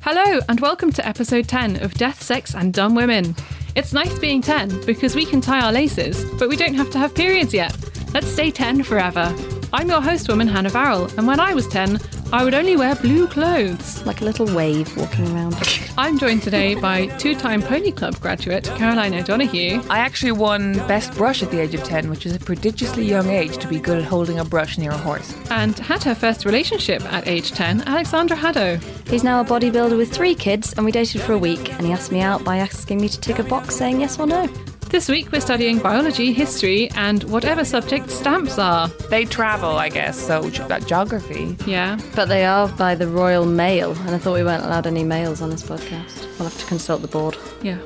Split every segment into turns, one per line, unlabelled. Hello, and welcome to episode 10 of Death, Sex, and Dumb Women. It's nice being 10 because we can tie our laces, but we don't have to have periods yet. Let's stay 10 forever. I'm your host woman, Hannah Varrell, and when I was 10, I would only wear blue clothes.
Like a little wave walking around.
I'm joined today by two time Pony Club graduate Caroline O'Donoghue.
I actually won Best Brush at the age of 10, which is a prodigiously young age to be good at holding a brush near a horse.
and had her first relationship at age 10, Alexandra Haddo.
He's now a bodybuilder with three kids, and we dated for a week. And he asked me out by asking me to tick a box saying yes or no.
This week we're studying biology, history, and whatever subject stamps are.
They travel, I guess, so j- that geography.
Yeah.
But they are by the Royal Mail, and I thought we weren't allowed any mails on this podcast. We'll have to consult the board.
Yeah.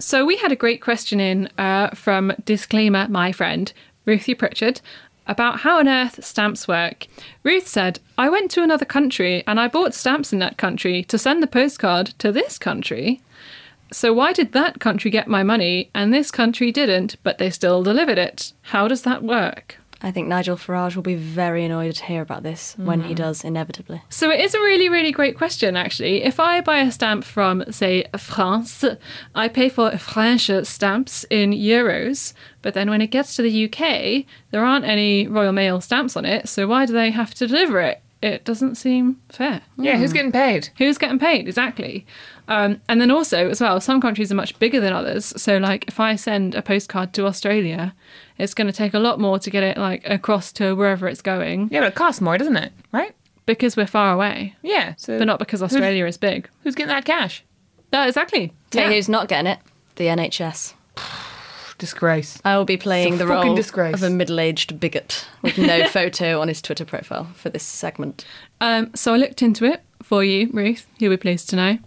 So we had a great question in uh, from disclaimer, my friend Ruthie Pritchard. About how on earth stamps work. Ruth said, I went to another country and I bought stamps in that country to send the postcard to this country. So, why did that country get my money and this country didn't, but they still delivered it? How does that work?
I think Nigel Farage will be very annoyed to hear about this when he does, inevitably.
So it is a really, really great question, actually. If I buy a stamp from, say, France, I pay for French stamps in euros, but then when it gets to the UK, there aren't any Royal Mail stamps on it, so why do they have to deliver it? It doesn't seem fair.
Yeah, who's getting paid?
Who's getting paid exactly? Um, and then also, as well, some countries are much bigger than others. So, like, if I send a postcard to Australia, it's going to take a lot more to get it like across to wherever it's going
Yeah, but it costs more, doesn't it? Right?
because we're far away,
Yeah. So
but not because Australia is big.
who's getting that cash?
No, exactly.
Tell
Yeah.
you who's not getting it? The NHS.
Disgrace.
I will be playing the
fucking
role
disgrace.
of a middle aged bigot with no photo on his Twitter profile for this segment.
Um, so I looked into it for you, Ruth. You'll be pleased to know.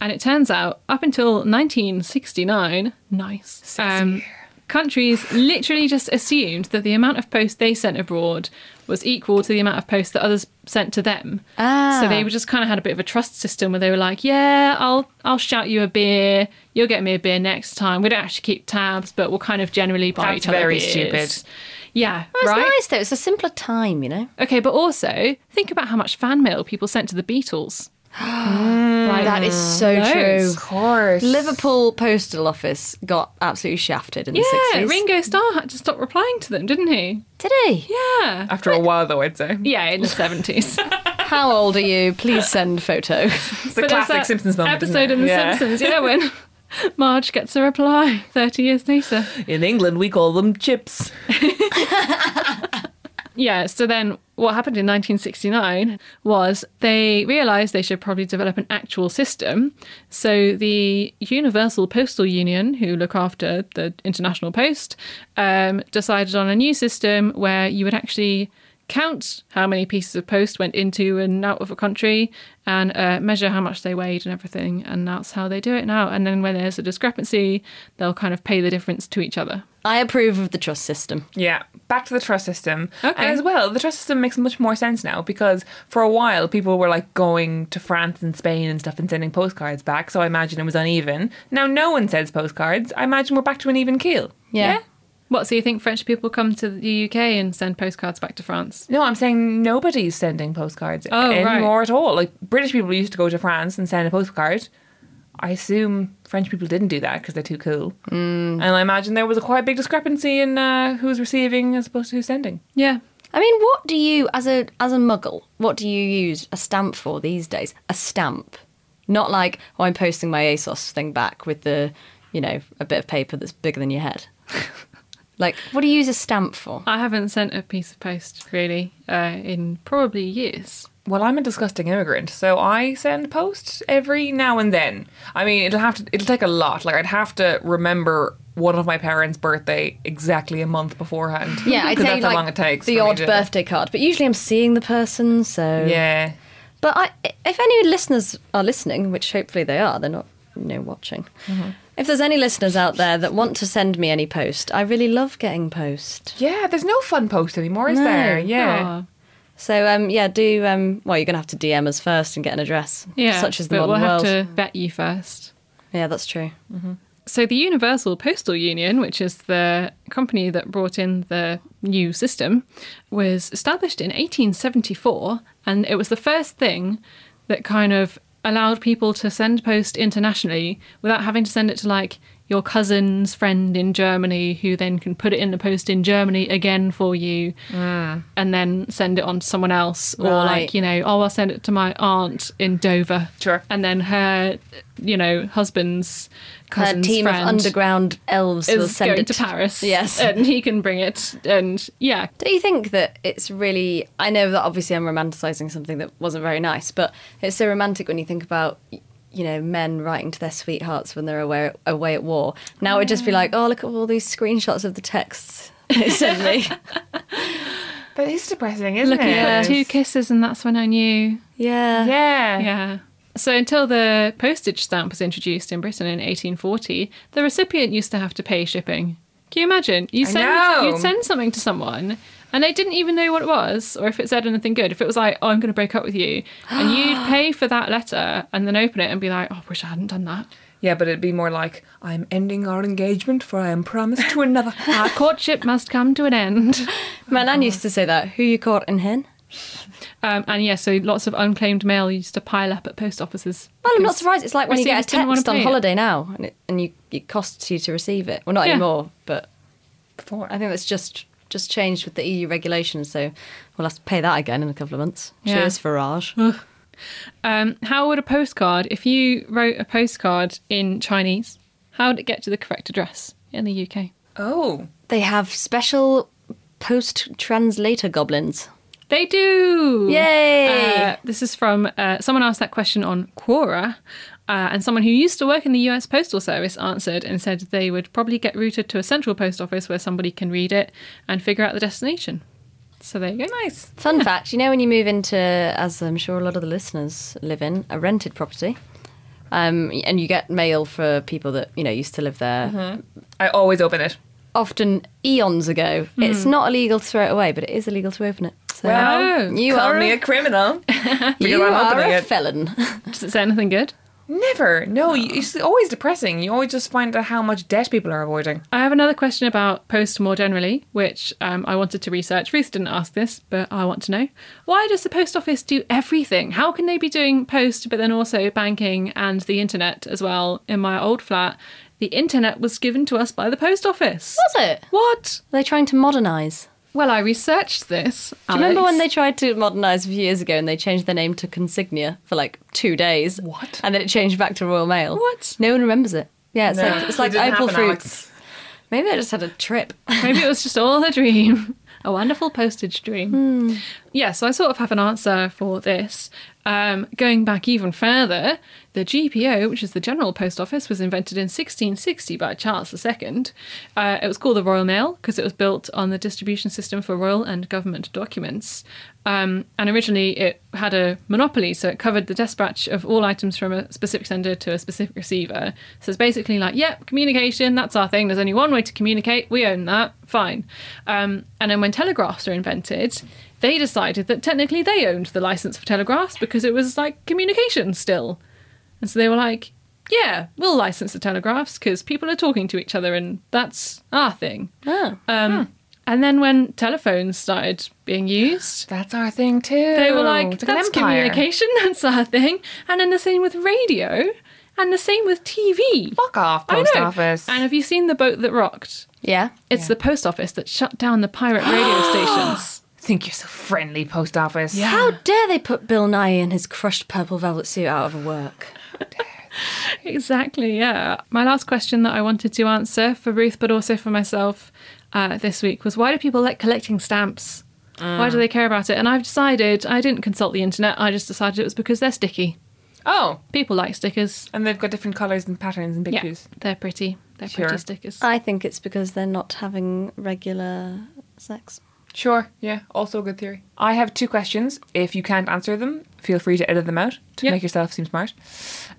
And it turns out, up until 1969, nice. Um, countries literally just assumed that the amount of post they sent abroad was equal to the amount of post that others sent to them. So
Ah.
they were just kind of had a bit of a trust system where they were like, "Yeah, I'll I'll shout you a beer. You'll get me a beer next time. We don't actually keep tabs, but we'll kind of generally buy
That's
each other
very
beers."
stupid.
Yeah,
It's
right.
nice though, it's a simpler time, you know?
Okay, but also think about how much fan mail people sent to the Beatles. like,
That is so
loads.
true.
course.
Liverpool Postal Office got absolutely shafted in the
Yeah,
60s.
Ringo Starr had to stop replying to them, didn't he?
Did he?
Yeah.
After a while, though, I'd say.
Yeah, in the 70s.
How old are you? Please send photo.
It's the
But there's
classic
that
Simpsons moment.
Episode in The Simpsons, yeah, when Marge gets a reply 30 years later.
In England, we call them chips.
Yeah, so then what happened in 1969 was they realised they should probably develop an actual system. So the Universal Postal Union, who look after the International Post, um, decided on a new system where you would actually count how many pieces of post went into and out of a country and uh, measure how much they weighed and everything. And that's how they do it now. And then when there's a discrepancy, they'll kind of pay the difference to each other.
I approve of the trust system.
Yeah, back to the trust system.
Okay.
And as well, the trust system makes much more sense now because for a while people were like going to France and Spain and stuff and sending postcards back, so I imagine it was uneven. Now no one sends postcards. I imagine we're back to an even keel.
Yeah.
What, so you think French people come to the UK and send postcards back to France?
No, I'm saying nobody's sending postcards
Oh, right.
anymore at all. Like British people used to go to France and send a postcard. I assume French people didn't do that because they're too cool. Mm. And I imagine there was a quite big discrepancy in uh, who's receiving as opposed to who's sending.
Yeah.
I mean, what do you as a as a muggle? What do you use a stamp for these days? A stamp, not like oh, I'm posting my ASOS thing back with the, you know, a bit of paper that's bigger than your head. like, what do you use a stamp for?
I haven't sent a piece of post really uh, in probably years.
Well, I'm a disgusting immigrant, so I send posts every now and then. I mean, it'll have to it'll take a lot. Like I'd have to remember one of my parents' birthday exactly a month beforehand.
Yeah, I'd
'Cause
say
that's
like
how long it takes.
the
for me
odd
to-
birthday card, but usually I'm seeing the person, so
Yeah.
But I, if any listeners are listening, which hopefully they are, they're not you know watching.
Mm-hmm.
If there's any listeners out there that want to send me any post, I really love getting post.
Yeah, there's no fun post anymore, is
No.
there? Yeah.
Ah,
So um, yeah, do um, well. You're gonna have to DM us first and get an address.
yeah.
such as the
but
modern
we'll
world.
have to bet you first.
Yeah, that's true.
So the Universal Postal Union, which is the company that brought in the new system, was established in 1874 and it was the first thing that kind of allowed people to send post internationally without having to send it to like your cousin's friend in Germany who then can put it in the post in Germany again for you and then send it on to someone else or like
Right.
you know oh I'll send it to my aunt in Dover
Sure.
and then her you know husband's
A
cousin's
team
friend
of underground elves will
is
send
going
it
to Paris.
Yes.
and he can bring it. And yeah,
Do you think that it's really? I know that obviously I'm romanticising something that wasn't very nice, but it's so romantic when you think about, y- you know, men writing to their sweethearts when they're away, away at war. Now it'd just be like, oh, look at all these screenshots of the texts they send me.
That is depressing, isn't
looking
it?
at two kisses, and that's when I knew.
yeah.
Yeah.
Yeah. So until the postage stamp was introduced in Britain in 1840, the recipient used to have to pay shipping. Can you imagine? You
I
send
know.
you'd send something to someone. And they didn't even know what it was, or if it said anything good. If it was like, "Oh, I'm going to break up with you," and you'd pay for that letter, and then open it and be like, "Oh, I wish I hadn't done that."
Yeah, but it'd be more like, I'm ending our engagement for I am promised to another. Ah,
Our courtship must come to an end.
My nan used to say that. Who you caught in hen?
Um, and yeah, so lots of unclaimed mail used to pile up at post offices.
Well, I'm not
because
surprised. It's like when you get a
receivers didn't want
text
to
on
pay it.
holiday now, and it, and you it costs you to receive it. Well, not
Yeah.
anymore, but
Before.
I think that's just just changed with the EU regulations. So we'll have to pay that again in a couple of months.
Yeah.
Cheers, Farage.
Um, how would a postcard, if you wrote a postcard in Chinese, how would it get to the correct address in the UK?
Oh.
They have special post translator goblins.
They do.
Yay.
Uh, this is from uh, someone asked that question on Quora, uh, and someone who used to work in the U.S. Postal Service answered and said they would probably get routed to a central post office where somebody can read it and figure out the destination. So there you go.
Nice.
Fun fact you know, when you move into, as I'm sure a lot of the listeners live in, a rented property. Um, and you get mail for people that you know used to live
Mm-hmm.
there
I always open it.
often eons ago. It's
Hmm.
not illegal to throw it away, but it is illegal to open it. So
Well,
you
Oh, Call
are
me
a-
a criminal.
you
I'm
are
opening
a
it.
felon.
Does it say anything good?
Never. No, you, it's always depressing. You always just find out how much debt people are avoiding.
I have another question about post more generally, which um, I wanted to research. Ruth didn't ask this, but I want to know. Why does the post office do everything? How can they be doing post, but then also banking and the internet as well? In my old flat, the internet was given to us by the post office.
Was it?
What?
They're trying to modernise.
Well, I researched this.
Do you remember when they tried to modernise a few years ago and they changed their name to Consignia for like two days?
What?
And then it changed back to Royal Mail.
What?
No one remembers it. Yeah, it's like it's like
It didn't
April
happen,
Fruits.
Alex.
Maybe I just had a trip.
Maybe it was just all a dream. A wonderful postage dream. Yeah, so I sort of have an answer for this. Um, going back even further, the GPO, which is the General Post Office, was invented in 1660 by Charles II. Uh, it was called the Royal Mail because it was built on the distribution system for royal and government documents. Um, and originally it had a monopoly, so it covered the dispatch of all items from a specific sender to a specific receiver. So it's basically like, yep, communication, that's our thing. There's only one way to communicate. We own that. Fine. Um, and then when telegraphs were invented, they decided that technically they owned the license for telegraphs because it was like communication still. And so they were like, yeah, we'll license the telegraphs because people are talking to each other and that's our thing.
Ah,
Oh.
Um,
hmm.
And then when telephones started being used,
That's our thing too.
they were like,
It's an
that's
empire."
communication, that's our thing. And then the same with radio, and the same with TV.
Fuck off,
I
post
know.
office.
And have you seen The Boat That Rocked?
Yeah.
It's the post office that shut down the pirate radio stations.
think you're so friendly, post office. Yeah.
How dare they put Bill Nye in his crushed purple velvet suit out of work?
Exactly, yeah. My last question that I wanted to answer for Ruth, but also for myself uh, this week was why do people like collecting stamps? Why
Mm.
do they care about it? And I've decided, I didn't consult the internet, I just decided it was because they're sticky.
Oh,
People like stickers.
and they've got different colours and patterns and
Yeah,
pictures.
they're pretty. They're
Sure.
pretty stickers.
I think it's because they're not having regular sex.
Sure. Yeah. Also a good theory. I have two questions. If you can't answer them, feel free to edit them out to
Yeah.
make yourself seem smart.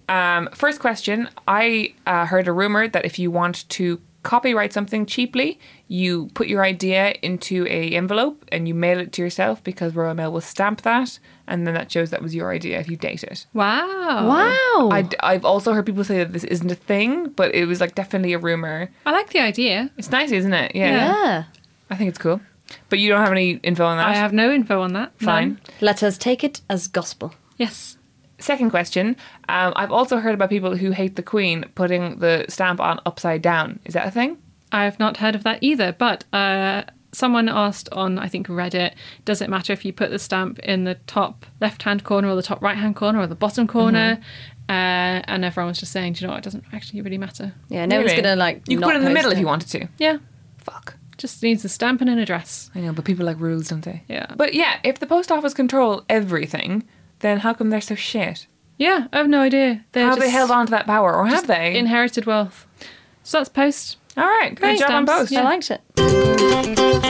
Um, first question I uh, heard a rumor that if you want to copyright something cheaply, you put your idea into a envelope and you mail it to yourself because Royal Mail will stamp that and then that shows that was your idea if you date it.
wow.
Wow.
I, I've also heard people say that this isn't a thing, but it was like definitely a rumor.
I like the idea.
It's nice, isn't it? Yeah.
yeah.
I think it's cool. But you don't have any info on that?
I have no info on that.
Fine.
None.
Let us take it as gospel.
Yes.
Second question. Um, I've also heard about people who hate the Queen putting the stamp on upside down. Is that a thing?
I have not heard of that either, but uh, someone asked on, I think, Reddit, does it matter if you put the stamp in the top left hand corner or the top right hand corner or the bottom
Mm-hmm.
corner? Uh, and everyone was just saying, do you know what? It doesn't actually really matter.
Yeah, no one's
Really?
gonna like.
You can
not
put it in the
post
middle if
it.
you wanted to.
Yeah,
Fuck.
just needs a stamp and an address.
I know, but people like rules, don't they?
Yeah.
But yeah, if the post office control everything, then how come they're so shit?
Yeah, I have no idea. They're
How have they
just
held on to that power, or have they?
Inherited wealth. So that's post.
All right, good
Thanks,
job on
Dams.
post.
Yeah.
I liked it.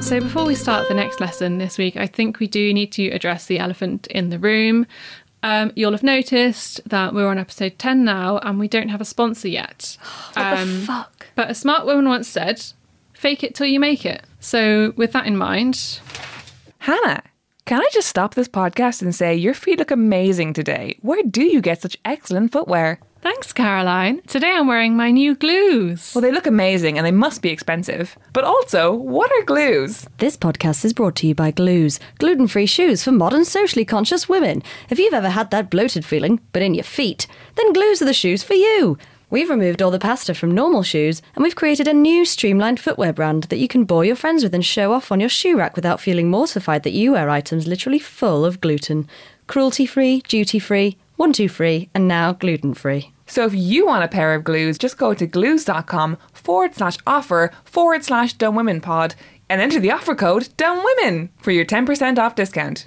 So, before we start the next lesson this week, I think we do need to address the elephant in the room. Um, you'll have noticed that we're on episode 10 now and we don't have a sponsor yet. Um,
Fuck.
But a smart woman once said, fake it till you make it. So, with that in mind,
Hannah, can I just stop this podcast and say your feet look amazing today? Where do you get such excellent footwear?
thanks, Caroline. Today I'm wearing my new glues.
Well, they look amazing and they must be expensive. But also, what are glues?
This podcast is brought to you by Glues, gluten free shoes for modern socially conscious women. If you've ever had that bloated feeling, but in your feet, then Glues are the shoes for you. We've removed all the pasta from normal shoes and we've created a new streamlined footwear brand that you can bore your friends with and show off on your shoe rack without feeling mortified that you wear items literally full of gluten. Cruelty free, duty free, one two free, and now gluten free.
So if you want a pair of glues, just go to glues.com forward slash offer forward slash dumb women pod and enter the offer code dumb women for your 10% off discount.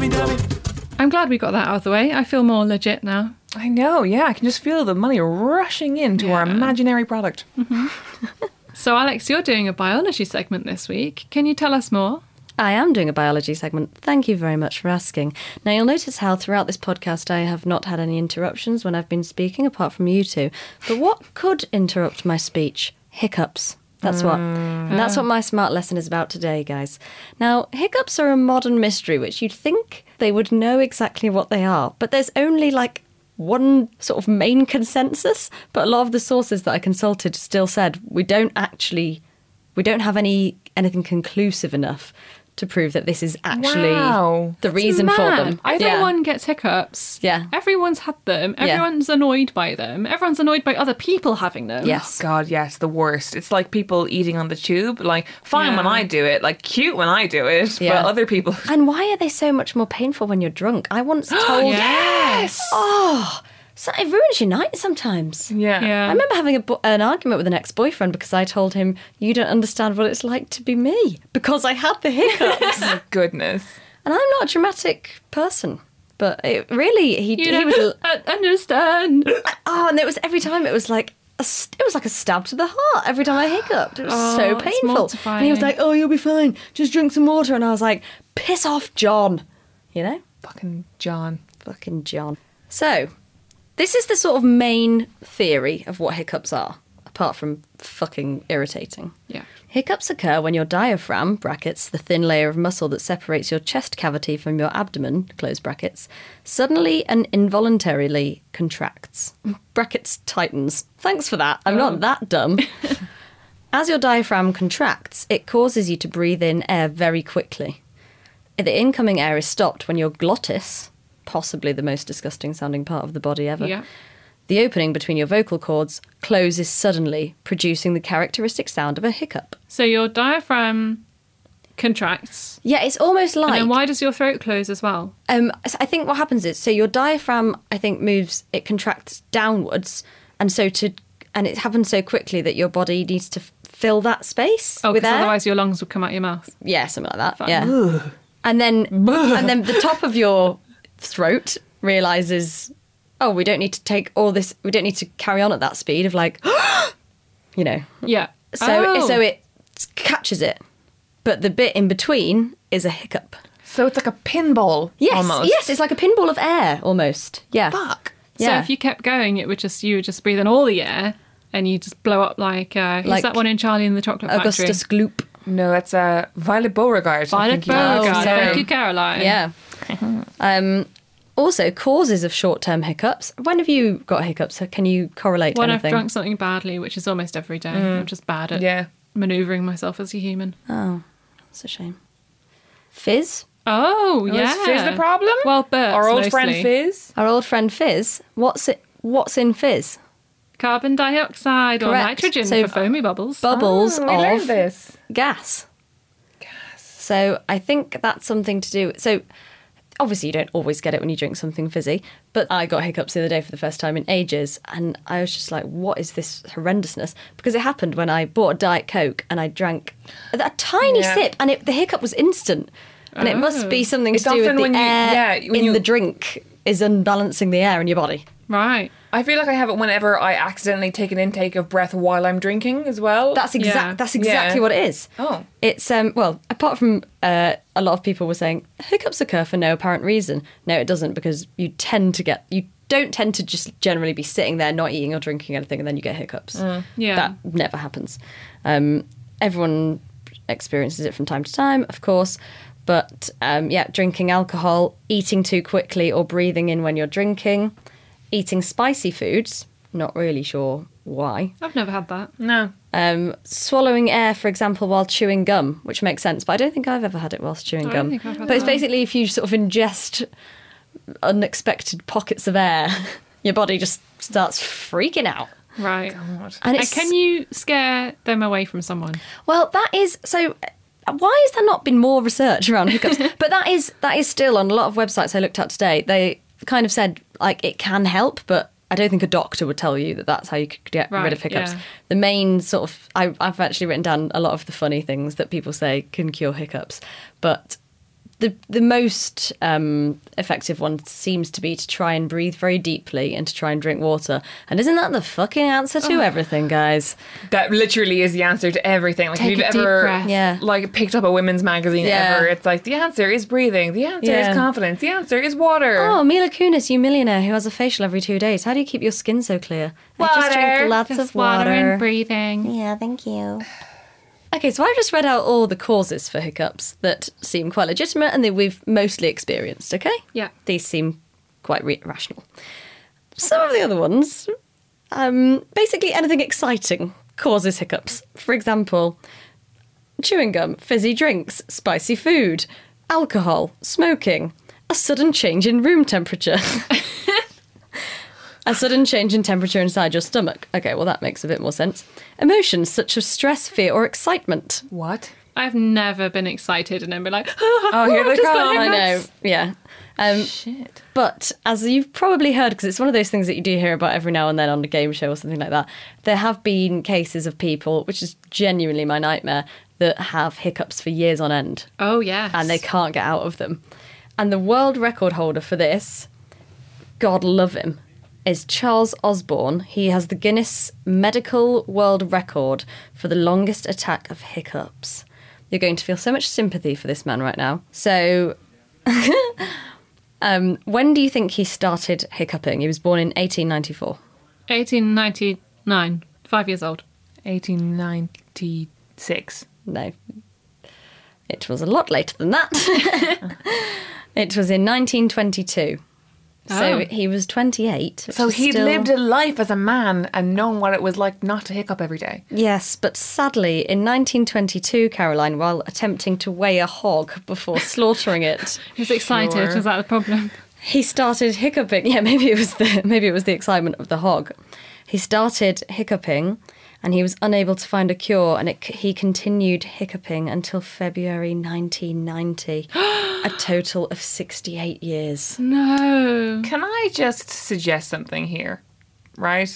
I'm glad we got that out of the way. I feel more legit now.
I know, yeah, I can just feel the money rushing into our imaginary product.
So, Alex, you're doing a biology segment this week. Can you tell us more?
I am doing a biology segment. Thank you very much for asking. Now, you'll notice how throughout this podcast I have not had any interruptions when I've been speaking, apart from you two. But what could interrupt my speech? Hiccups. That's what. And that's what my smart lesson is about today, guys. Now, hiccups are a modern mystery, which you'd think they would know exactly what they are, but there's only like one sort of main consensus. But a lot of the sources that I consulted still said we don't actually we don't have any anything conclusive enough to prove that this is actually
Wow.
the reason for them.
Mad.
Yeah.
Everyone gets hiccups.
Yeah.
Everyone's had them. Everyone's annoyed by them. Everyone's annoyed by other people having them.
Yes.
Oh, God, yes, the worst. It's like people eating on the tube. Like, fine when
Yeah.
I do it, like, cute when I do it,
Yeah.
but other people.
And why are they so much more painful when you're drunk? I once told Oh,
Yes.
so it ruins your night sometimes.
Yeah.
Yeah.
I remember having a bo- an argument with an ex boyfriend because I told him, You don't understand what it's like to be me because I had the hiccups. and
Goodness.
I'm not a dramatic person. But it really, he,
You
he
don't
was.
uh, understand.
Oh, and it was every time it was like a, st- it was like a stab to the heart every time I hiccuped. It was so
Oh, it's
painful. And he
mortifying.
was like, "Oh, you'll be fine. Just drink some water." And I was like, "Piss off, John." You know,
Fucking John.
fucking John. So, this is the sort of main theory of what hiccups are, apart from fucking irritating.
Yeah.
Hiccups occur when your diaphragm (brackets the thin layer of muscle that separates your chest cavity from your abdomen) close brackets suddenly and involuntarily contracts (brackets tightens). Thanks for that. I'm not that dumb. As your diaphragm contracts, it causes you to breathe in air very quickly. The incoming air is stopped when your glottis, possibly the most disgusting sounding part of the body ever,
Yeah.
The opening between your vocal cords closes suddenly, producing the characteristic sound of a hiccup.
So your diaphragm contracts.
Yeah, it's almost like.
and then why does your throat close as well?
Um, so I think what happens is so your diaphragm, I think, moves it contracts downwards, and so to and it happens so quickly that your body needs to f- fill that space
Oh,
with
because
air.
otherwise your lungs would come out your mouth.
yeah, something like that. Yeah, and then and then the top of your throat realizes, oh, we don't need to take all this. We don't need to carry on at that speed of like, you know.
Yeah.
So
Oh.
so it catches it, but the bit in between is a hiccup.
So it's like a pinball
Yes,
almost.
yes, it's like a pinball of air almost. Yeah.
Fuck.
So
Yeah.
if you kept going, it would just you would just breathe in all the air and you just blow up like uh, who's
Like
that one in Charlie and the Chocolate
Augustus
Factory?
Gloop.
No, that's uh, Violet Beauregard. I
Violet
think you are.
Beauregard.
Oh, sorry.
Thank you, Caroline.
Yeah. um, also, causes of short term hiccups. When have you got hiccups? Can you correlate
When
anything?
I've drunk something badly, which is almost every day, I'm just bad at
Yeah.
manoeuvring myself as a human.
That's a shame. Fizz.
Oh, yeah.
Is Fizz the problem?
Well, Bert.
Our old friend Fizz.
Our old friend Fizz. What's it? What's in fizz?
Carbon dioxide or
Correct.
nitrogen
So-
for foamy bubbles.
Bubbles
Oh, we learned
of
this.
gas. Gas. So I think that's something to do. So obviously you don't always get it when you drink something fizzy, but I got hiccups the other day for the first time in ages, and I was just like, "What is this horrendousness?" Because it happened when I bought a diet coke and I drank a, a tiny
Yeah. Oh.
sip, and it, the hiccup was instant. And it must be something
It's
to do with
often
the
when you- yeah,
air
when
in
you-
the drink is unbalancing the air in your body.
right.
I feel like I have it whenever I accidentally take an intake of breath while I'm drinking as well.
That's exact.
Yeah.
That's exactly
Yeah.
what it is.
Oh.
it's um. Well, apart from uh, a lot of people were saying hiccups occur for no apparent reason. No, it doesn't because you tend to get you don't tend to just generally be sitting there not eating or drinking anything and then you get hiccups.
Yeah.
that never happens. Um, everyone experiences it from time to time, of course. But um, yeah, drinking alcohol, eating too quickly, or breathing in when you're drinking, eating spicy foods. Not really sure why.
I've never had that.
no.
Um, swallowing air, for example, while chewing gum, which makes sense, but I don't think I've ever had it whilst chewing
I don't
gum.
think I've had
but it's
that.
basically if you sort of ingest unexpected pockets of air, your body just starts freaking out.
Right.
And
And
it's
can you scare them away from someone?
well, that is so. uh, Why has there not been more research around hiccups? but that is that is still on a lot of websites I looked at today. They kind of said like it can help, but I don't think a doctor would tell you that that's how you could get
Right,
rid of hiccups.
yeah.
The main sort of I, I've actually written down a lot of the funny things that people say can cure hiccups, but the the most um, effective one seems to be to try and breathe very deeply and to try and drink water. And isn't that the fucking answer
Oh.
to everything, guys?
That literally is the answer to everything. Like
Take
if you've
a deep
ever
breath.
Yeah.
like picked up a women's magazine
Yeah.
ever, it's like the answer is breathing, the answer
Yeah.
is confidence, the answer is water.
Oh, Mila Kunis, you millionaire who has a facial every two days. How do you keep your skin so clear? I just
Water.
drink lots
Just
of water.
and breathing.
yeah, thank you. Okay, so I've just read out all the causes for hiccups that seem quite legitimate and that we've mostly experienced, okay?
Yeah.
These seem quite re- rational. Some of the other ones, um, basically anything exciting causes hiccups. For example, chewing gum, fizzy drinks, spicy food, alcohol, smoking, a sudden change in room temperature. A sudden change in temperature inside your stomach. Okay, well, that makes a bit more sense. Emotions such as stress, fear, or excitement.
What?
I've never been excited and then been like,
Oh, here
I've
they
just got
come.
hiccups.
I know, yeah. Um,
Shit.
but as you've probably heard, because it's one of those things that you do hear about every now and then on a game show or something like that, there have been cases of people, which is genuinely my nightmare, that have hiccups for years on end.
Oh yes.
and they can't get out of them. And the world record holder for this, God love him, is Charles Osborne. He has the Guinness Medical World Record for the longest attack of hiccups. You're going to feel so much sympathy for this man right now. So, um, when do you think he started hiccuping? He was born in 1894.
1899. Five years old.
1896.
No. It was a lot later than that. it was in 1922. So
Oh.
he was 28. which
So
is
he'd
still-
lived a life as a man and known what it was like not to hiccup every day.
Yes, but sadly, in 1922, Caroline, while attempting to weigh a hog before slaughtering it,
He's excited.
Sure.
Is that the problem?
he started hiccuping. Yeah, maybe it was the maybe it was the excitement of the hog. He started hiccuping, and he was unable to find a cure, and it, c- he continued hiccuping until February 1990, a total of 68 years.
No.
Can I just suggest something here? Right?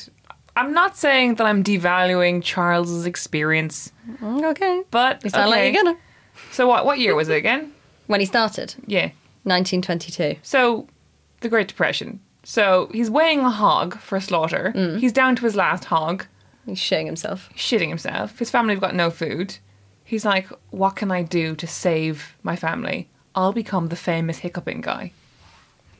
I'm not saying that I'm devaluing Charles's experience,
Mm, Okay,
but
you sound
okay.
like you're gonna.
So what what year was it again?
When he started,
Yeah.
1922.
So the Great Depression. So he's weighing a hog for slaughter. He's down to his last hog,
He's shitting himself.
shitting himself. His family have got no food. He's like, "What can I do to save my family? I'll become the famous hiccuping guy."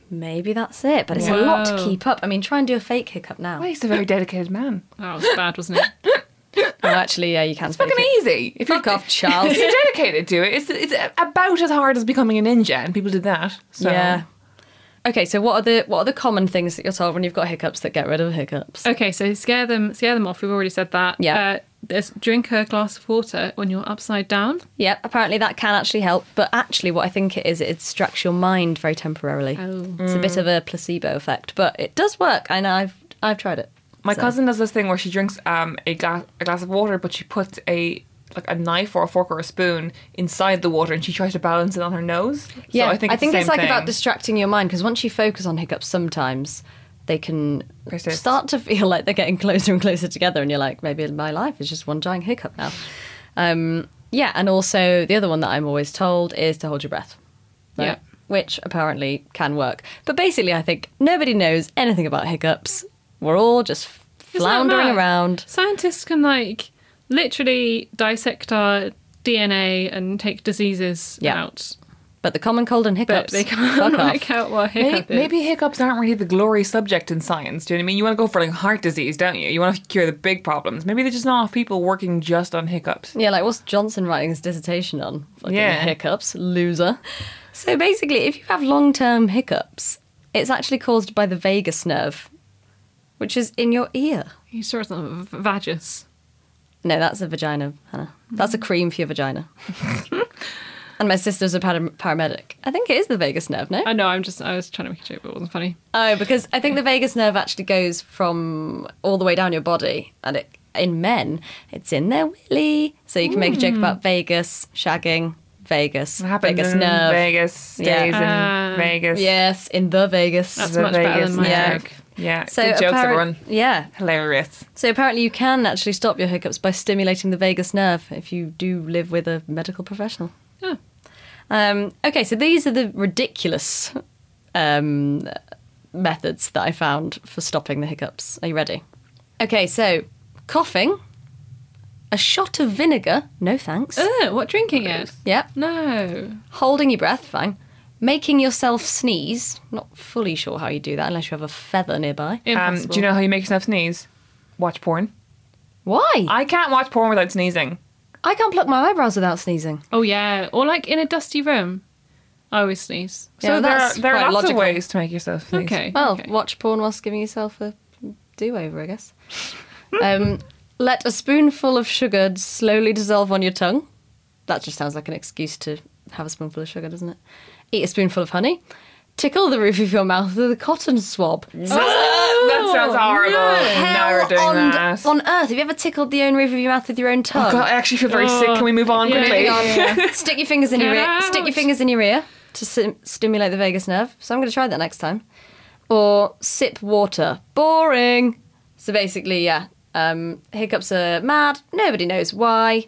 Maybe that's it, but it's a lot to keep up. I mean, try and do a fake hiccup now.
Well, he's a very dedicated man.
That was bad, wasn't it?
Oh, actually, yeah, you can. fake
Fucking
it.
easy. If
Fuck
you're-
off, Charles.
if you're dedicated to it, it's it's about as hard as becoming a ninja, and people did that. So.
Yeah. Okay, so what are the what are the common things that you're told when you've got hiccups that get rid of hiccups?
Okay, so scare them, scare them off. We've already said that.
Yeah.
Uh, there's drink a glass of water when you're upside down.
Yep, apparently that can actually help, but actually what I think it is it distracts your mind very temporarily.
Oh.
It's a bit of a placebo effect, but it does work and I've I've tried it.
My
So-
cousin does this thing where she drinks um, a, gla- a glass of water, but she puts a like a knife or a fork or a spoon inside the water, and she tries to balance it on her nose.
Yeah,
so I think it's, the same
like
thing.
about distracting your mind because once you focus on hiccups sometimes they can
Persist.
start to feel like they're getting closer and closer together and you're like maybe my life is just one giant hiccup now. Um, yeah, and also the other one that I'm always told is to hold your breath.
Yeah.
Which apparently can work. But basically, I think nobody knows anything about hiccups. We're all just
Isn't that
floundering
mad?
around.
Scientists can like literally dissect our DNA and take diseases
Yeah.
out,
But the common cold and
but
hiccups.
they can't
fuck off.
work out what
May-
hiccup
maybe, hiccups aren't really the glory subject in science. Do you know what I mean? You want to go for like heart disease, don't you? You want to cure the big problems. Maybe there's just not enough people working just on hiccups.
Yeah, like what's Johnson writing his dissertation on? Fucking
Yeah.
hiccups, loser. So basically, if you have long term hiccups, it's actually caused by the vagus nerve, which is in your ear.
You sure it's not v- vagus?
No, that's a vagina, Hannah. That's a cream for your vagina. and my sister's a para- paramedic. I think it is the vagus nerve, no?
I know. I'm just. I was trying to make a joke, but it wasn't funny.
Oh, because I think the vagus nerve actually goes from all the way down your body, and it in men, it's in their willy. So you can make a joke
Hmm.
about Vegas shagging, Vegas,
It happens
Vegas
in
nerve.
Vegas stays
Yeah.
Ah.
in Vegas.
Yes, in the Vegas.
That's
The
much better than
Vegas
my
yeah.
joke.
Yeah, good jokes,
apparent-
everyone.
Yeah.
Hilarious.
So apparently, you can actually stop your hiccups by stimulating the vagus nerve if you do live with a medical professional.
Oh.
Um, okay, so these are the ridiculous um, methods that I found for stopping the hiccups. Are you ready? Okay, so coughing, a shot of vinegar, no thanks.
Oh,
Ugh, what drinking it?
Yep.
No.
Holding your breath, fine. Making yourself sneeze, not fully sure how you do that unless you have a feather nearby.
Um,
Impossible.
do you know how you make yourself sneeze? Watch porn.
Why?
I can't watch porn without sneezing.
I can't pluck my eyebrows without sneezing.
Oh yeah. Or like in a dusty room. I always sneeze.
So
Yeah,
there are,
Oh, that's
there
quite
are lots
logical.
of ways to make yourself sneeze.
Okay.
Well,
okay.
watch porn whilst giving yourself a do over, I guess. um, let a spoonful of sugar slowly dissolve on your tongue. That just sounds like an excuse to have a spoonful of sugar, doesn't it? Eat a spoonful of honey. Tickle the roof of your mouth with a cotton swab.
That sounds horrible. Now
Hell
we're doing
on,
that. Oh,
on earth, have you ever tickled the own roof of your mouth with your own tongue?
God, I actually feel very sick. Can we move on
Yeah.
quickly?
Moving on, yeah. stick your fingers in your
Get
ear. Stick your
out.
fingers in your ear to sim- stimulate the vagus nerve. So I'm going to try that next time. Or sip water. Boring. So basically, yeah, um, hiccups are mad. Nobody knows why.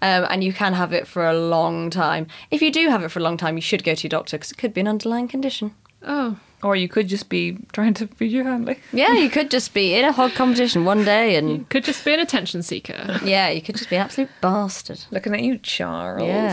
Um, and you can have it for a long time. If you do have it for a long time, you should go to your doctor because it could be an underlying condition.
Oh.
Or you could just be trying to feed your family.
Yeah, you could just be in a hog competition one day, and
Could just be an attention seeker.
yeah, you could just be an absolute bastard.
Looking at you, Charles.
Yeah.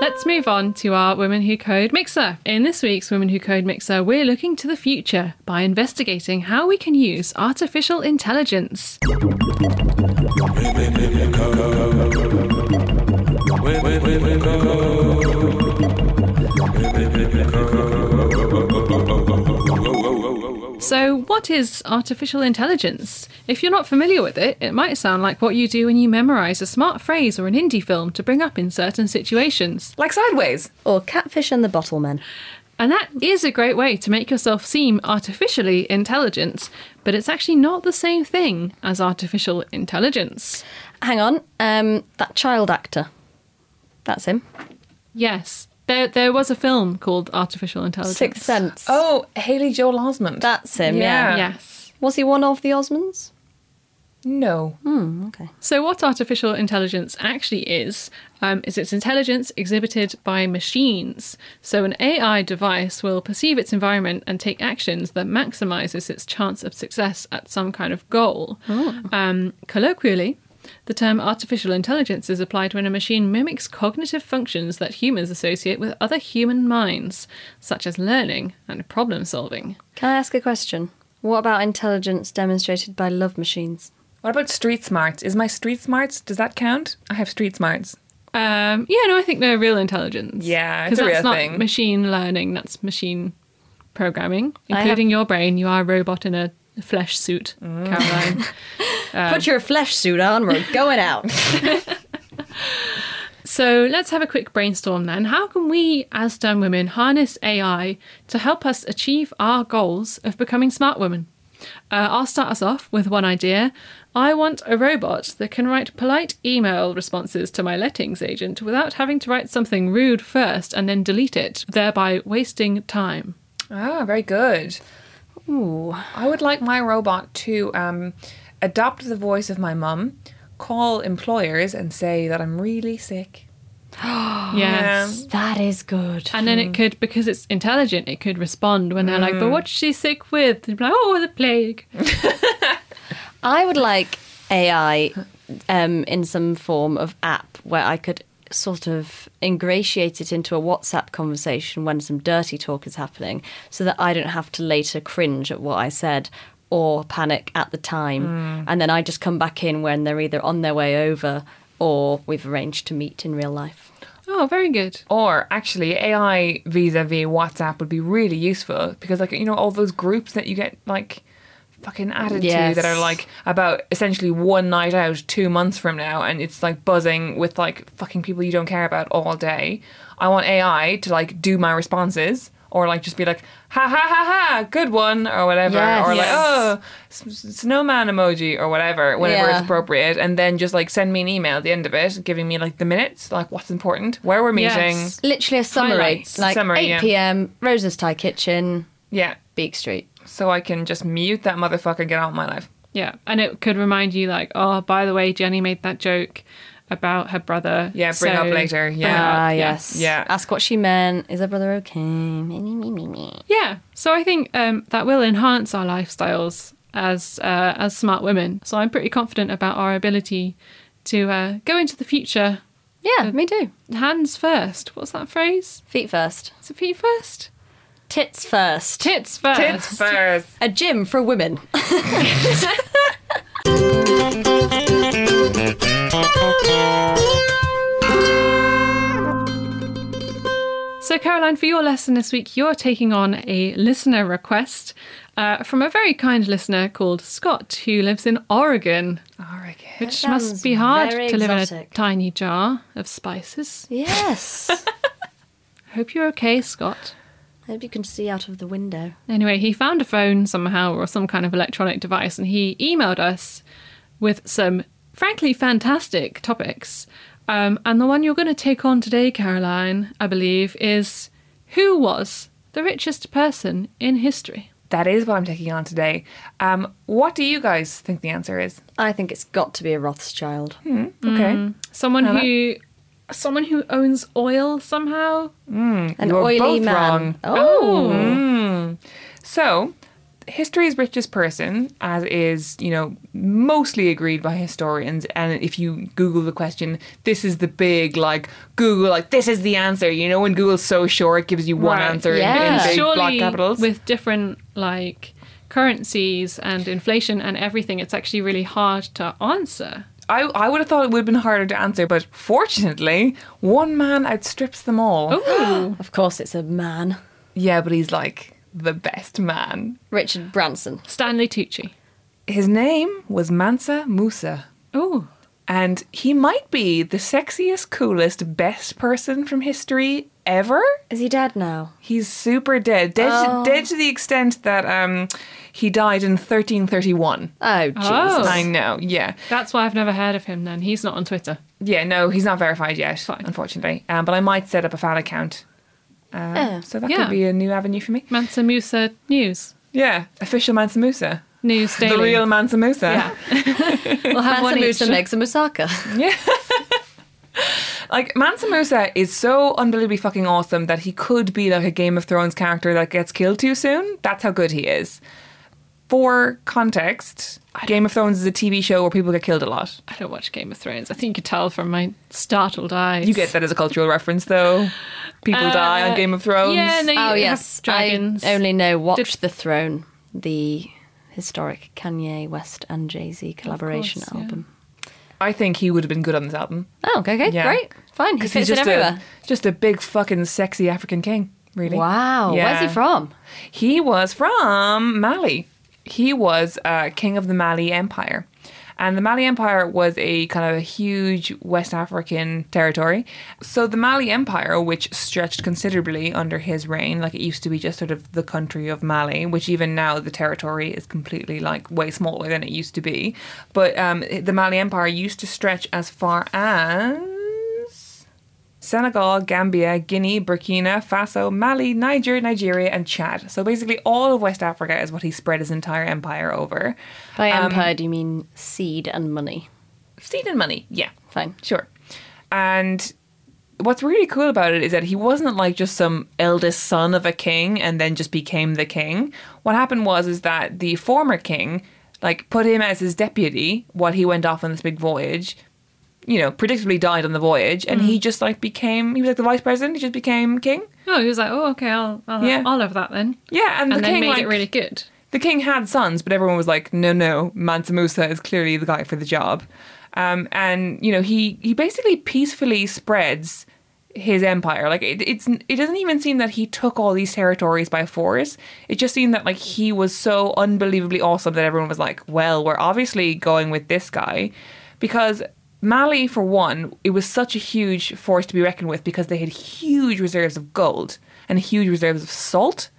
Let's move on to our Women Who Code Mixer. In this week's Women Who Code Mixer, we're looking to the future by investigating how we can use artificial intelligence. So, what is artificial intelligence? If you're not familiar with it, it might sound like what you do when you memorise a smart phrase or an indie film to bring up in certain situations.
Like sideways.
Or Catfish and the Bottlemen.
And that is a great way to make yourself seem artificially intelligent, but it's actually not the same thing as artificial intelligence.
Hang on, um, that child actor. That's him.
Yes, there, there was a film called Artificial Intelligence.
Sixth Sense.
Oh, Haley Joel Osment.
That's him, yeah.
Yeah.
Yes.
Was he one of the Osmonds?
no.
Okay.
So, what artificial intelligence actually is, um, is it's intelligence exhibited by machines. So, an AI device will perceive its environment and take actions that maximizes its chance of success at some kind of goal.
Oh.
Um, colloquially, the term artificial intelligence is applied when a machine mimics cognitive functions that humans associate with other human minds, such as learning and problem solving.
Can I ask a question? What about intelligence demonstrated by love machines?
What about street smarts? Is my street smarts, does that count? I have street smarts.
Um, yeah, no, I think they're real intelligence.
Yeah, it's
because
a
that's
real
not
thing.
machine learning; that's machine programming,
I have-
including your brain. You are a robot in a flesh suit,
Mm.
Caroline.
Put your flesh suit on, we're going out.
so let's have a quick brainstorm then. How can we, as STEM women, harness AI to help us achieve our goals of becoming smart women? Uh, I'll start us off with one idea. I want a robot that can write polite email responses to my lettings agent without having to write something rude first and then delete it, thereby wasting time.
Ah, very good. Ooh. I would like my robot to um, adopt the voice of my mum, call employers and say that I'm really sick.
Yes.
that is good.
And then it could, because it's intelligent, it could respond when they're like, but what's she sick with? And be like, oh, the plague.
I would like AI um, in some form of app where I could sort of ingratiate it into a WhatsApp conversation when some dirty talk is happening so that I don't have to later cringe at what I said or panic at the
Hmm.
time. And then I just come back in when they're either on their way over or we've arranged to meet in real life.
Oh, very good.
Or actually, AI vis-a-vis WhatsApp would be really useful because, like, you know, all those groups that you get like fucking added
Yes.
to that are like about essentially one night out two months from now, and it's like buzzing with like fucking people you don't care about all day. I want AI to like do my responses. Or like just be like ha ha ha ha good one or whatever
Yes.
or like
Yes.
oh s- s- snowman emoji or whatever whenever
Yeah.
it's appropriate and then just like send me an email at the end of it giving me like the minutes like what's important where we're meeting
Yes.
Literally a summary,
Highlights.
like
Summary,
8
yeah.
p.m. Rose's Thai Kitchen,
Yeah.
Beak Street.
So I can just mute that motherfucker and get out of my life.
Yeah. And it could remind you, like, oh, by the way, Jenny made that joke about her brother.
Yeah, bring up later. Yeah.
Ah,
yeah.
yes.
Yeah.
Ask what she meant. Is her brother okay? Me, me, me, me, me.
Yeah. So I think um, that will enhance our lifestyles as uh, as smart women. So I'm pretty confident about our ability to uh, go into the future
Yeah, me too.
hands first. What's that phrase?
Feet first.
Is it feet first?
Tits first.
Tits first.
Tits first.
A gym for women.
So, Caroline, for your lesson this week, you're taking on a listener request uh, from a very kind listener called Scott, who lives in Oregon,
Oregon.
which
That
must
sounds
be hard
very
to live in a
exotic.
tiny jar of spices.
yes.
Hope you're okay, Scott.
I hope you can see out of the window.
Anyway, he found a phone somehow or some kind of electronic device and he emailed us with some frankly fantastic topics. Um, and the one you're going to take on today, Caroline, I believe, is who was the richest person in history?
That is what I'm taking on today. Um, what do you guys think the answer is?
I think it's got to be a Rothschild.
Okay.
Someone who someone who owns oil somehow?
An
You are
oily
both
man.
wrong. Hmm.
Oh.
So, history's richest person, as is, you know, mostly agreed by historians. And if you Google the question, this is the big, like, Google, like, this is the answer. You know, when Google's so short, it gives you one
Right.
answer in- in,
Yeah.
big block
Surely
capitals.
with different like currencies and inflation and everything, it's actually really hard to answer.
I, I would have thought it would have been harder to answer, but fortunately, one man outstrips them
Oh.
all.
Ooh.
Of course, it's a man.
Yeah, but he's like the best man.
Richard Branson.
Stanley Tucci.
His name was Mansa Musa.
Oh,
And he might be the sexiest, coolest, best person from history ever.
Is he dead now?
He's super dead. Dead,
Oh.
to, dead to the extent that um, he died in 1331.
Oh, Jesus.
Oh.
I know, yeah.
that's why I've never heard of him then. He's not on Twitter.
Yeah, no, he's not verified yet, unfortunately. Um, but I might set up a fan account. Uh,
Yeah.
So that
Yeah.
could be a new avenue for me.
Mansa Musa News.
Yeah, official Mansa Musa.
News Daily.
The real Mansa Musa.
Yeah. we'll have one
Mansa
each.
Musa makes a moussaka.
Like Mansa Musa is so unbelievably fucking awesome that he could be like a Game of Thrones character that gets killed too soon. That's how good he is. For context, Game of Thrones is a TV show where people get killed a lot.
I don't watch Game of Thrones. I think you could tell from my startled eyes.
You get that as a cultural reference, though. People
Uh,
die on Game of Thrones.
Yeah, no, you
Oh,
have
yes.
dragons.
I only know Watch
Did-
the Throne, the historic Kanye West and Jay Z collaboration
course, yeah.
album.
I think he would have been good on this album
Oh, okay, okay,
Yeah.
great. Fine. He
because
fits
he's
in
just
everywhere.
a just a big fucking sexy African king. Really?
Wow. Where's he
Yeah.
from?
He was from Mali. He was uh, king of the Mali Empire. And the Mali Empire was a kind of a huge West African territory. So the Mali Empire, which stretched considerably under his reign, like it used to be just sort of the country of Mali, which even now the territory is completely like way smaller than it used to be. But um, the Mali Empire used to stretch as far as Senegal, Gambia, Guinea, Burkina Faso, Mali, Niger, Nigeria, and Chad. So basically, all of West Africa is what he spread his entire empire over.
By empire, do you mean seed and money?
Seed and money, yeah,
Fine.
sure. And what's really cool about it is that he wasn't like just some eldest son of a king and then just became the king. What happened was is that the former king like put him as his deputy while he went off on this big voyage. You know, predictably died on the voyage, and he just like became he was like the vice president. He just became king.
Oh, he was like, oh, okay, I'll, I'll,
Yeah.
I'll have that then.
Yeah, and,
And
the
then
king
made
like,
it really good.
the king had sons, but everyone was like, no, no, Mansa Musa is clearly the guy for the job. Um, and you know, he he basically peacefully spreads his empire. Like it, it's it doesn't even seem that he took all these territories by force. It just seemed that like he was so unbelievably awesome that everyone was like, well, we're obviously going with this guy, because. Mali, for one, it was such a huge force to be reckoned with because they had huge reserves of gold and huge reserves of salt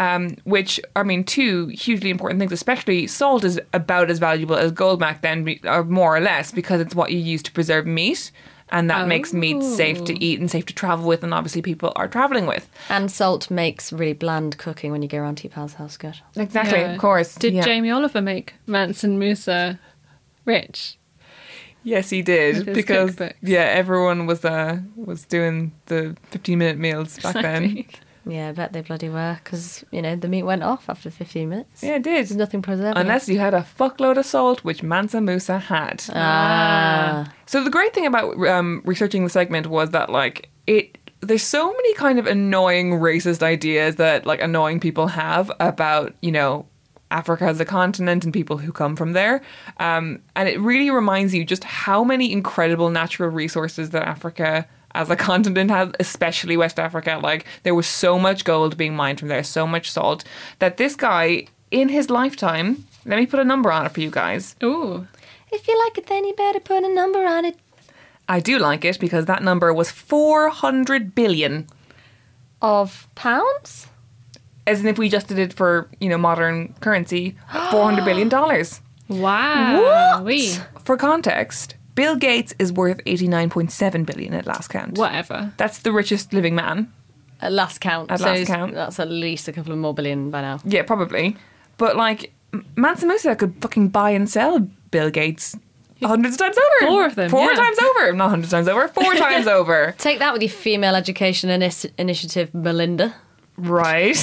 um, which I mean, two hugely important things. Especially salt is about as valuable as gold back then, be- or more or less, because it's what you use to preserve meat, and that makes meat safe to eat and safe to travel with, and obviously people are traveling with.
And salt makes really bland cooking when you go around to your pal's house good.
Exactly,
Yeah.
of course.
Did
yeah.
Jamie Oliver make Mansa Musa rich?
Yes, he
With
did
his
because
cookbooks.
yeah, everyone was uh, was doing the fifteen minute meals back then.
Yeah, I bet they bloody were because, you know, the meat went off after 15 minutes.
Yeah, it did.
There's nothing preserving. it.
Unless you had a fuckload of salt, which Mansa Musa had. So the great thing about um, researching the segment was that like it there's so many kind of annoying racist ideas that like annoying people have about you know Africa as a continent and people who come from there. Um, and it really reminds you just how many incredible natural resources that Africa as a continent has, especially West Africa. Like there was so much gold being mined from there, so much salt that this guy in his lifetime. Let me put a number on it for you guys.
Ooh.
If you like it, then you better put a number on it.
I do like it because that number was 400 billion.
Of pounds?
As in if we adjusted it for, you know, modern currency, 400 billion dollars.
Wow.
For context, Bill Gates is worth 89.7 billion at last count.
Whatever.
That's the richest living man.
At last count.
At
so
last
it's-
count.
That's at least a couple of more billion by now.
Yeah, probably. But like M- Mansa Musa could fucking buy and sell Bill Gates hundreds of times over.
Four of them,
Four
yeah.
times over. Not hundreds times over. Four times over.
Take that with your female education inis- initiative, Melinda.
Right.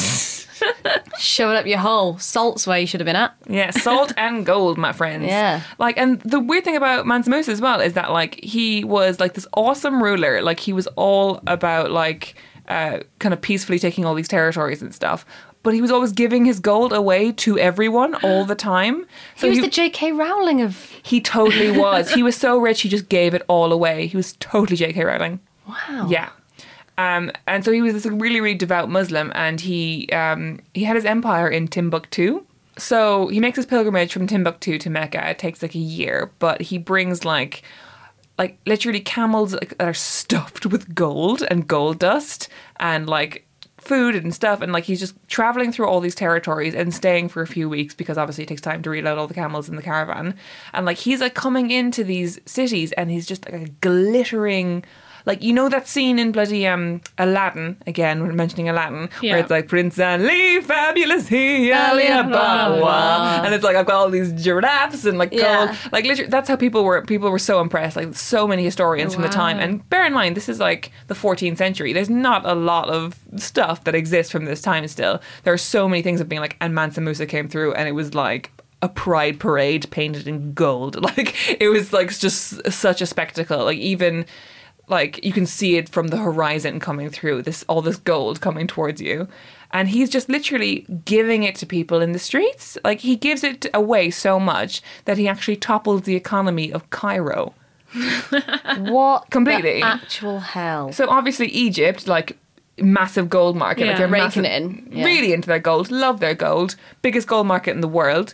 Shove it up your hole. Salt's where you should have been at.
Yeah, salt and gold, my friends.
Yeah.
Like, and the weird thing about Mansa Musa as well is that, like, he was, like, this awesome ruler. Like, he was all about, like, uh, kind of peacefully taking all these territories and stuff. But he was always giving his gold away to everyone all the time. So
He was
he,
the J.K. Rowling of.
he totally was. he was so rich, he just gave it all away. He was totally J.K. Rowling.
Wow.
Yeah. Um, and so he was this really, really devout Muslim, and he um, he had his empire in Timbuktu. So he makes his pilgrimage from Timbuktu to Mecca. It takes like a year, but he brings like like literally camels like, that are stuffed with gold and gold dust and like food and stuff and like he's just traveling through all these territories and staying for a few weeks because obviously it takes time to reload all the camels in the caravan and like he's like coming into these cities and he's just like a glittering like you know that scene in bloody um Aladdin again we're mentioning Aladdin
Yeah.
where it's like Prince Ali fabulous he Ali Ababa and it's like I've got all these giraffes and like
Yeah.
gold like literally that's how people were people were so impressed like so many historians from the time and bear in mind this is like the 14th century there's not a lot of stuff that exists from this time still there are so many things of being like and Mansa Musa came through and it was like a pride parade painted in gold like it was like just such a spectacle like even like you can see it from the horizon coming through this all this gold coming towards you and he's just literally giving it to people in the streets like he gives it away so much that he actually toppled the economy of cairo
What?
Completely.
The actual hell.
so obviously egypt like massive gold market like
Yeah.
they're
Raking
massive-
it in, yeah.
really into their gold love their gold biggest gold market in the world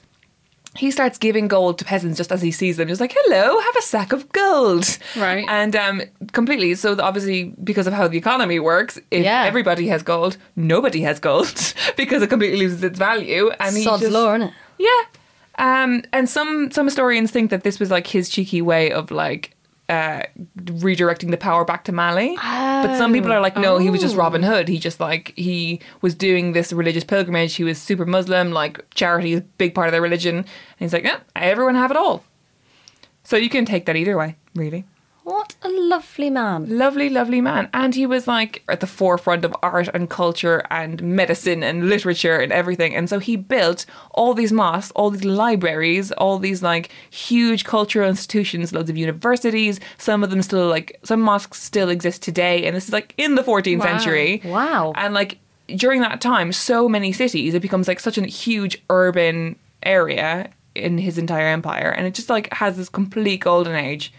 he starts giving gold to peasants just as he sees them. He's like, "Hello, have a sack of gold."
Right.
And um, completely. So the- obviously, because of how the economy works, if
Yeah.
everybody has gold, nobody has gold because it completely loses its value. And he
Sod's
just,
law, isn't it?
Yeah. Um, and some some historians think that this was like his cheeky way of like. Uh, redirecting the power back to Mali, but some people are like, no, he was just Robin Hood. He just like he was doing this religious pilgrimage. He was super Muslim, like charity is a big part of their religion, and he's like, yeah, everyone have it all. So you can take that either way, really.
What a lovely man.
Lovely, lovely man. And he was like at the forefront of art and culture and medicine and literature and everything. And so he built all these mosques, all these libraries, all these like huge cultural institutions, loads of universities. Some of them still like, some mosques still exist today. And this is like in the 14th century.
Wow.
And like during that time, so many cities, it becomes like such a huge urban area in his entire empire. And it just like has this complete golden age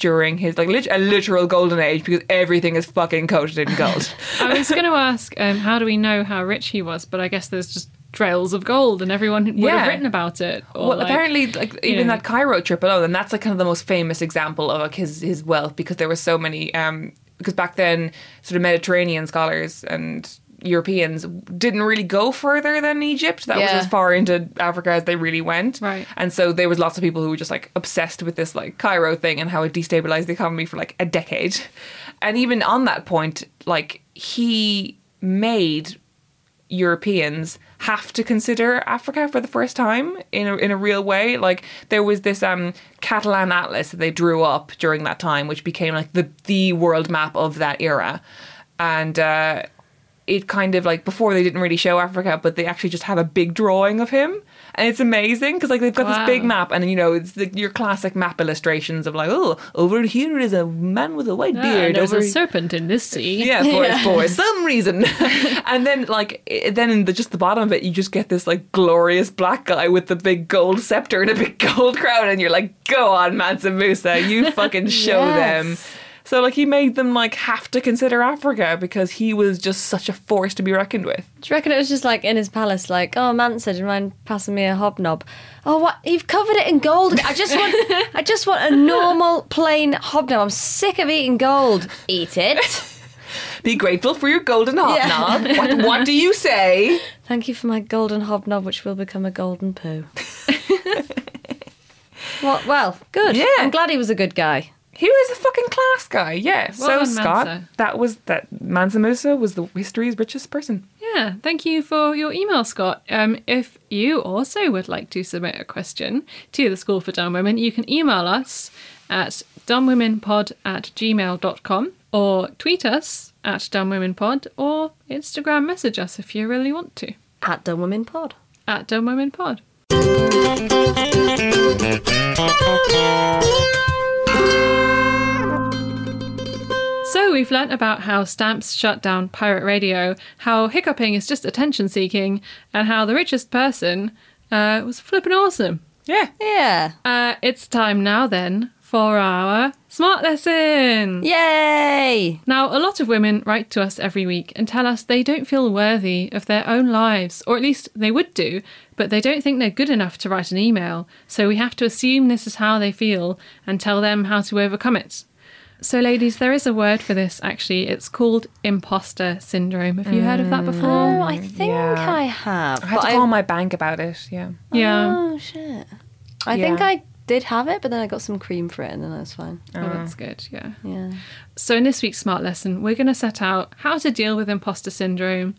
during his like lit- a literal golden age because everything is fucking coated in gold.
I was going to ask, um, how do we know how rich he was? But I guess there's just trails of gold, and everyone would
Yeah.
have written about it. Or
well,
like-
apparently, like
you
even
know.
that Cairo trip alone, and that's like kind of the most famous example of like his his wealth because there were so many. Um, because back then, sort of Mediterranean scholars and Europeans didn't really go further than Egypt. That
Yeah.
was as far into Africa as they really went.
Right.
And so there was lots of people who were just like obsessed with this like Cairo thing and how it destabilized the economy for like a decade. And even on that point, like he made Europeans have to consider Africa for the first time in a, in a real way. Like there was this um, Catalan atlas that they drew up during that time, which became like the the world map of that era, and uh, it kind of like before they didn't really show Africa, but they actually just have a big drawing of him, and it's amazing because like they've got
Wow.
this big map, and you know it's the, your classic map illustrations of like oh over here is a man with a white
Ah,
beard,
there's
over
a serpent in this sea.
yeah, for, for some reason. and then, like, i then in the, just the bottom of it, you just get this like glorious black guy with the big gold scepter and a big gold crown, and you're like, "Go on, Mansa Musa, you fucking show them." So, like, he made them like have to consider Africa because he was just such a force to be reckoned with.
Do you reckon it was just like in his palace, like, oh, Mansa, do you mind passing me a hobnob? Oh, what? You've covered it in gold. I just want, I just want a normal, plain hobnob. I'm sick of eating gold. Eat it.
Be grateful for your golden hobnob. what, what do you say?
Thank you for my golden hobnob, which will become a golden poo. well, well, good.
Yeah.
I'm glad he was a good guy.
He was a fucking class guy. Yeah.
Well
so
done,
Scott,
Mansa.
that was that. Mansa Musa was the history's richest person.
Yeah, thank you for your email, Scott. Um, if you also would like to submit a question to the School for Dumb Women, you can email us at dumbwomenpod at gmail.com or tweet us at dumbwomenpod or Instagram message us if you really want to
At Dumb Women Pod.
at dumbwomenpod. So we've learnt about how stamps shut down pirate radio, how hiccuping is just attention seeking, and how the richest person uh, was flipping awesome.
Yeah.
Yeah.
Uh, it's time now then for our smart lesson.
Yay!
Now, a lot of women write to us every week and tell us they don't feel worthy of their own lives, or at least they would do, but they don't think they're good enough to write an email. So we have to assume this is how they feel and tell them how to overcome it. So, ladies, there is a word for this actually. It's called imposter syndrome. Have you heard of that before?
Oh, I think I have.
I had
but
to call my bank about it. Yeah.
Yeah.
Oh shit! I
Yeah.
think I did have it, but then I got some cream for it, and then I was fine.
Oh, that's good. Yeah.
Yeah.
So, in this week's smart lesson, we're going to set out how to deal with imposter syndrome.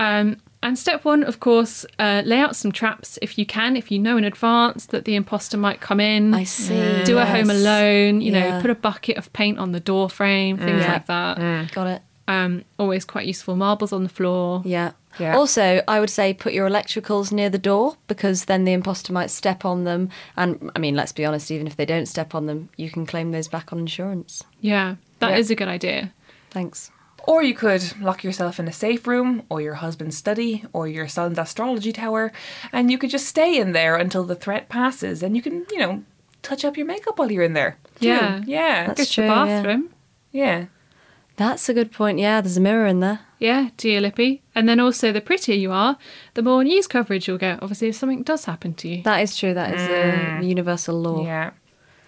Um, and step one, of course, uh, lay out some traps if you can, if you know in advance that the imposter might come in.
I see,
Do a home
yes.
alone, you know,
Yeah.
put a bucket of paint on the door frame, things
Yeah.
like that.
Mm.
Got it.
Um, always quite useful. Marbles on the floor.
Yeah.
Yeah.
Also, I would say put your electricals near the door because then the imposter might step on them. And I mean, let's be honest, even if they don't step on them, you can claim those back on insurance.
Yeah, that is
Yeah.
a good idea.
Thanks.
Or you could lock yourself in a safe room, or your husband's study, or your son's astrology tower, and you could just stay in there until the threat passes, and you can, you know, touch up your makeup while you're in there. too.
Yeah.
That's
Yeah.
Go to the
true, yeah.
bathroom.
yeah.
That's a good point. Yeah, there's a mirror in there.
Yeah, dear Lippy. And then also, the prettier you are, the more news coverage you'll get, obviously, if something does happen to you.
That is true. That is a universal law. Yeah.
Mm. Yeah.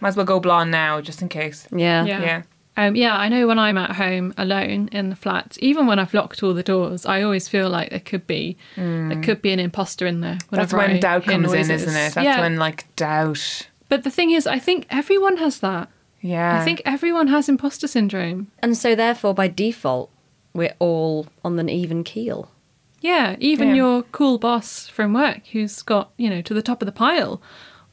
Might as well go blonde now, just in case.
Yeah.
Yeah.
Yeah.
Um, yeah, I know when I'm at home alone in the flat, even when I've locked all the doors, I always feel like there could be there could be an imposter in there.
Mm. That's
whenever I
when doubt
hear
comes in,
noises.
isn't it? That's
yeah.
when, like, doubt.
But the thing is, I think everyone has that.
Yeah.
I think everyone has imposter syndrome.
And so, therefore, by default, we're all on an even keel.
Yeah, even
Yeah.
your cool boss from work who's got, you know, to the top of the pile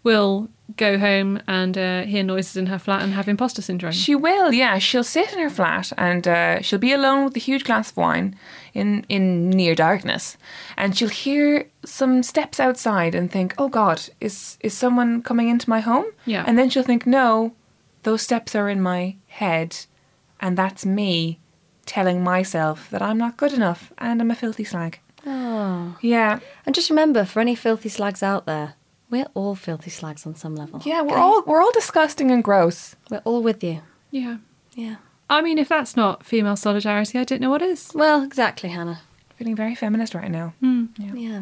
will go home and uh, hear noises in her flat and have imposter syndrome.
She will, yeah. She'll sit in her flat and uh, she'll be alone with a huge glass of wine in, in near darkness. And she'll hear some steps outside and think, oh God, is, is someone coming into my home?
Yeah.
And then she'll think, no, those steps are in my head. And that's me telling myself that I'm not good enough and I'm a filthy slag. Oh. Yeah.
And just remember, for any filthy slags out there, we're all filthy slags on some level.
Yeah, we're all, we're all disgusting and gross.
We're all with you.
yeah.
Yeah.
I mean, if that's not female solidarity, I don't know what is.
Well, exactly, Hannah.
Feeling very feminist right now.
Yeah.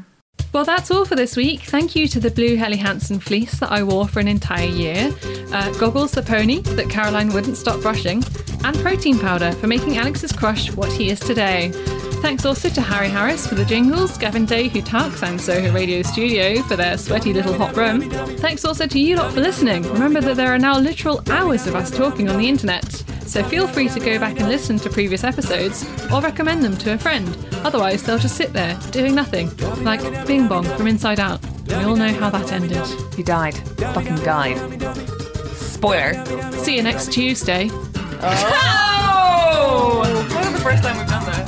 Well, that's all for this week. Thank you to the blue Helly Hansen fleece that I wore for an entire year, uh, Goggles the pony that Caroline wouldn't stop brushing, and protein powder for making Alex's crush what he is today. Thanks also to Harry Harris for the jingles, Gavin Day, who talks, and Soho Radio Studio for their sweaty little hot room. Thanks also to you lot for listening. Remember that there are now literal hours of us talking on the internet, so feel free to go back and listen to previous episodes or recommend them to a friend. Otherwise, they'll just sit there doing nothing, like Bing Bong from Inside Out. We all know how that ended.
He died. Fucking died. Spoiler.
See you next Tuesday.
Oh! When was the first time we've done that?